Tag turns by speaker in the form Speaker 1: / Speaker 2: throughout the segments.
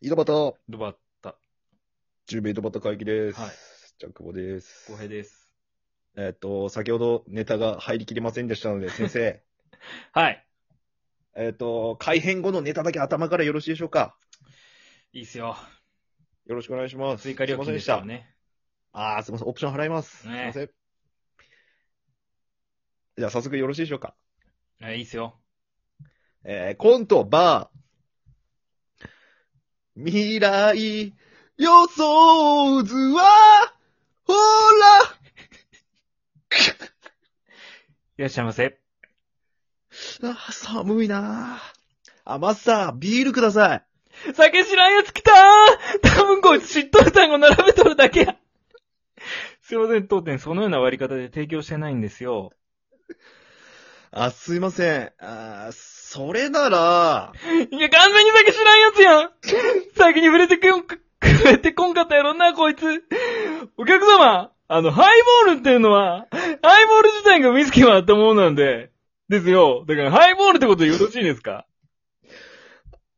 Speaker 1: 井戸端、
Speaker 2: ドバッタ、
Speaker 1: 中米井戸端会議です。
Speaker 2: はい
Speaker 1: ジャックボです
Speaker 2: 浩。平です。
Speaker 1: えっと、先ほどネタが入りきりませんでしたの で、先生、
Speaker 2: はい。
Speaker 1: えっと、改編後のネタだけ頭からよろしいでしょうか
Speaker 2: いいっすよ。
Speaker 1: よろしくお願いします。
Speaker 2: 追加料金です
Speaker 1: い
Speaker 2: から
Speaker 1: ませんでし
Speaker 2: ね。
Speaker 1: た。あー、すいません、オプション払います。
Speaker 2: ね
Speaker 1: すいません。じゃあ、早速よろしいでしょうか
Speaker 2: えいいっすよ。
Speaker 1: えー、コント、バー。未来、予想図は、ほら
Speaker 2: いらっしゃいませ。
Speaker 1: あー寒いなあ、マスター、ビールください。
Speaker 2: 酒知らんやつ来たー多分こいつ知っとる単語並べとるだけや。すいません、当店そのような割り方で提供してないんですよ。
Speaker 1: あ、すいません。あーそれなら、
Speaker 2: いや、完全に酒知らんやつやん先に触れてくん、く触れてこんかったやろな、こいつ。お客様、あの、ハイボールっていうのは、ハイボール自体がウイスキーはあったものなんで、ですよ。だから、ハイボールってことでよろしいですか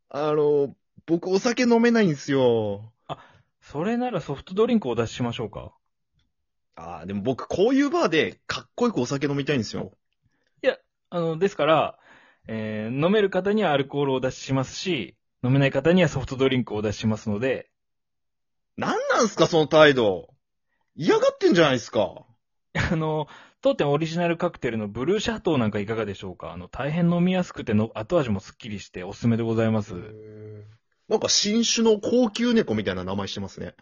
Speaker 1: あの、僕お酒飲めないんですよ。
Speaker 2: それならソフトドリンクをお出ししましょうか。
Speaker 1: あーでも僕こういうバーでかっこよくお酒飲みたいんですよ。
Speaker 2: あの、ですから、えー飲める方にはアルコールをお出ししますし、飲めない方にはソフトドリンクをお出ししますので、
Speaker 1: なんなんすか、その態度。嫌がってんじゃないですか。
Speaker 2: あの、当店オリジナルカクテルのブルーシャトーなんかいかがでしょうかあの、大変飲みやすくての、後味もスッキリしておすすめでございます。い
Speaker 1: なんか新種の高級猫みたいな名前してますね。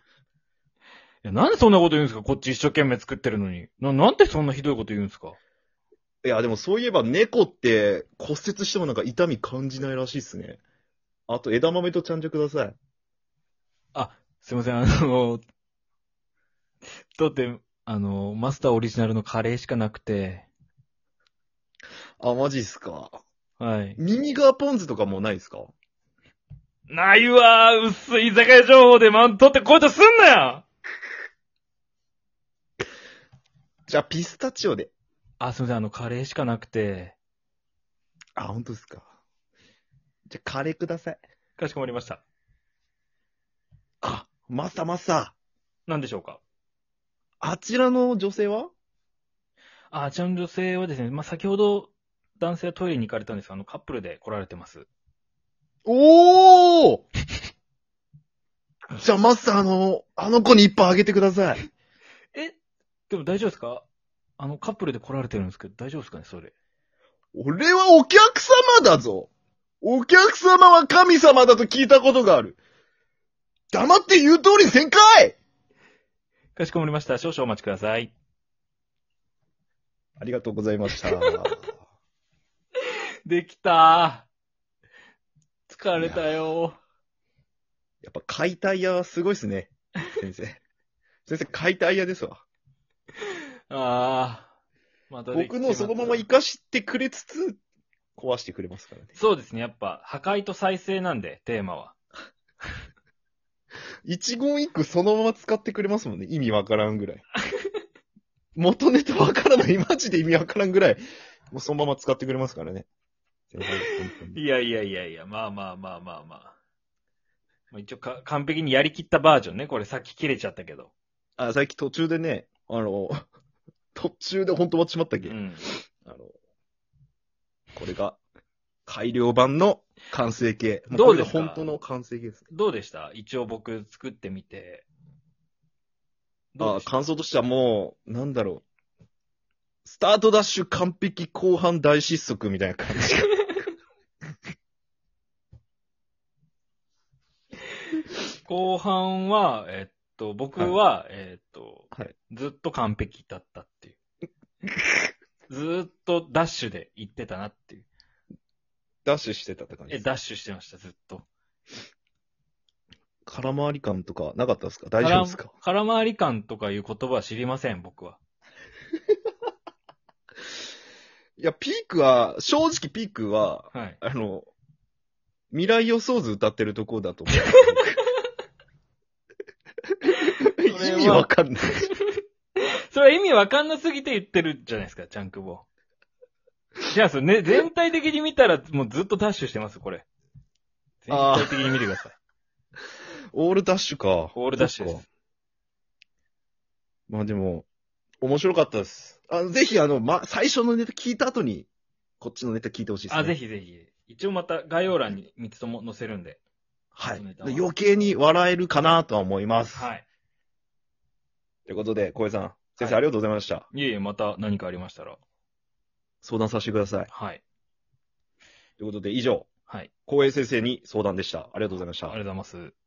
Speaker 2: や、なんでそんなこと言うんですかこっち一生懸命作ってるのに。な、なんでそんなひどいこと言うんですか
Speaker 1: いや、でもそういえば猫って骨折してもなんか痛み感じないらしいっすね。あと枝豆とちゃんじゃください。
Speaker 2: すいません、あの、当店、あの、マスターオリジナルのカレーしかなくて、
Speaker 1: あ、マジっすか。
Speaker 2: はい。
Speaker 1: ミニガーポン酢とかもうないですか
Speaker 2: ないわー、薄い居酒屋情報でマウントってこういうことすんなよ
Speaker 1: じゃあピスタチオで。
Speaker 2: あ、すいません、あの、カレーしかなくて。
Speaker 1: あ、本当ですか。じゃあカレーください。
Speaker 2: かしこまりました。
Speaker 1: あ、マサマサ。
Speaker 2: 何でしょうか
Speaker 1: あちらの女性は
Speaker 2: あ、あちらの女性はですね、まあ、先ほど、男性はトイレに行かれたんですが、あの、カップルで来られてます。
Speaker 1: おー じゃあマスターあの、あの子に一杯あげてください。
Speaker 2: えでも大丈夫ですかあの、カップルで来られてるんですけど、大丈夫ですかね、それ。
Speaker 1: 俺はお客様だぞ。お客様は神様だと聞いたことがある。黙って言う通りにせんかい
Speaker 2: かしこまりました。少々お待ちください。
Speaker 1: ありがとうございました。
Speaker 2: できたー。疲れたよ
Speaker 1: やっぱ解体屋はすごいっす ね。先生。先生、解体屋ですわ。
Speaker 2: ー。あー。またできて
Speaker 1: 僕
Speaker 2: し
Speaker 1: の
Speaker 2: た
Speaker 1: をそのまま活かしてくれつつ、壊してくれます からね。
Speaker 2: そうですね、やっぱ、破壊と再生なんで、テーマは。
Speaker 1: 一言一句そのまま使ってくれますもんね。意味わからんぐら い。元ネタわからない。マジで意味わからんぐらい。もうそのまま使ってくれますからね。先生本当に
Speaker 2: いやいやいやいや、まあまあまあまあまあ。まあ、一応か、完璧にやりきったバージョンね。これさっき切れちゃったけど。
Speaker 1: あ、さっき途中でね、あの、途中で本当終わっちまったっ
Speaker 2: う
Speaker 1: け、
Speaker 2: ん。
Speaker 1: あの、これが改良版の完成形。も
Speaker 2: ど
Speaker 1: こ
Speaker 2: う
Speaker 1: れ
Speaker 2: で
Speaker 1: が
Speaker 2: すか
Speaker 1: 本当の完成形ですね。
Speaker 2: どうでした一応僕作ってみて。どう
Speaker 1: あ
Speaker 2: でした
Speaker 1: 感想としてはもう、なんだろう。スタートダッシュ完璧後半大失速みたいな感じ が。
Speaker 2: 後半は、えっと、僕は、えっと、
Speaker 1: はい
Speaker 2: ずっと完璧だったっていう。ずーっとダッシュで行ってたなっていう。
Speaker 1: ダッシュしてたって感じ
Speaker 2: え、
Speaker 1: です。
Speaker 2: ダッシュしてました、ずっと。
Speaker 1: 空回り感とかなかったですか大丈夫ですか
Speaker 2: 空回り感とかいう言葉は知りません、僕は。
Speaker 1: いや、ピークは、正直ピークは、
Speaker 2: はい。
Speaker 1: あの、未来予想図歌ってるとこだと思う。
Speaker 2: それ
Speaker 1: 意
Speaker 2: は
Speaker 1: 味わかんない。
Speaker 2: それは意味わかんなすぎて言ってるじゃないですか、ジャンクボ。じゃあ、それね、全体的に見たら、もうずっとダッシュしてます、これ。全体的に見てください。
Speaker 1: オールダッシュか。
Speaker 2: オールダッシュです
Speaker 1: そっか。まあでも、面白かったです。あぜひ、あの、ま、最初のネタ聞いた後に、こっちのネタ聞いてほしいです、ね。
Speaker 2: あ、ぜ。ひぜひ。一応また概要欄に3つとも載せるんで。
Speaker 1: はい
Speaker 2: このネタ。は
Speaker 1: で余計に笑えるかなとは思います。。
Speaker 2: はいい。
Speaker 1: ということで、小江さん、先生、
Speaker 2: はい
Speaker 1: ありがとうございました。
Speaker 2: いえいえ、また何かありましたら。
Speaker 1: 相談させてください。
Speaker 2: はい。
Speaker 1: ということで、以上、
Speaker 2: はい。
Speaker 1: 小江先生に相談でした。ありがとうございまし
Speaker 2: あ
Speaker 1: た
Speaker 2: りがとう。ございます。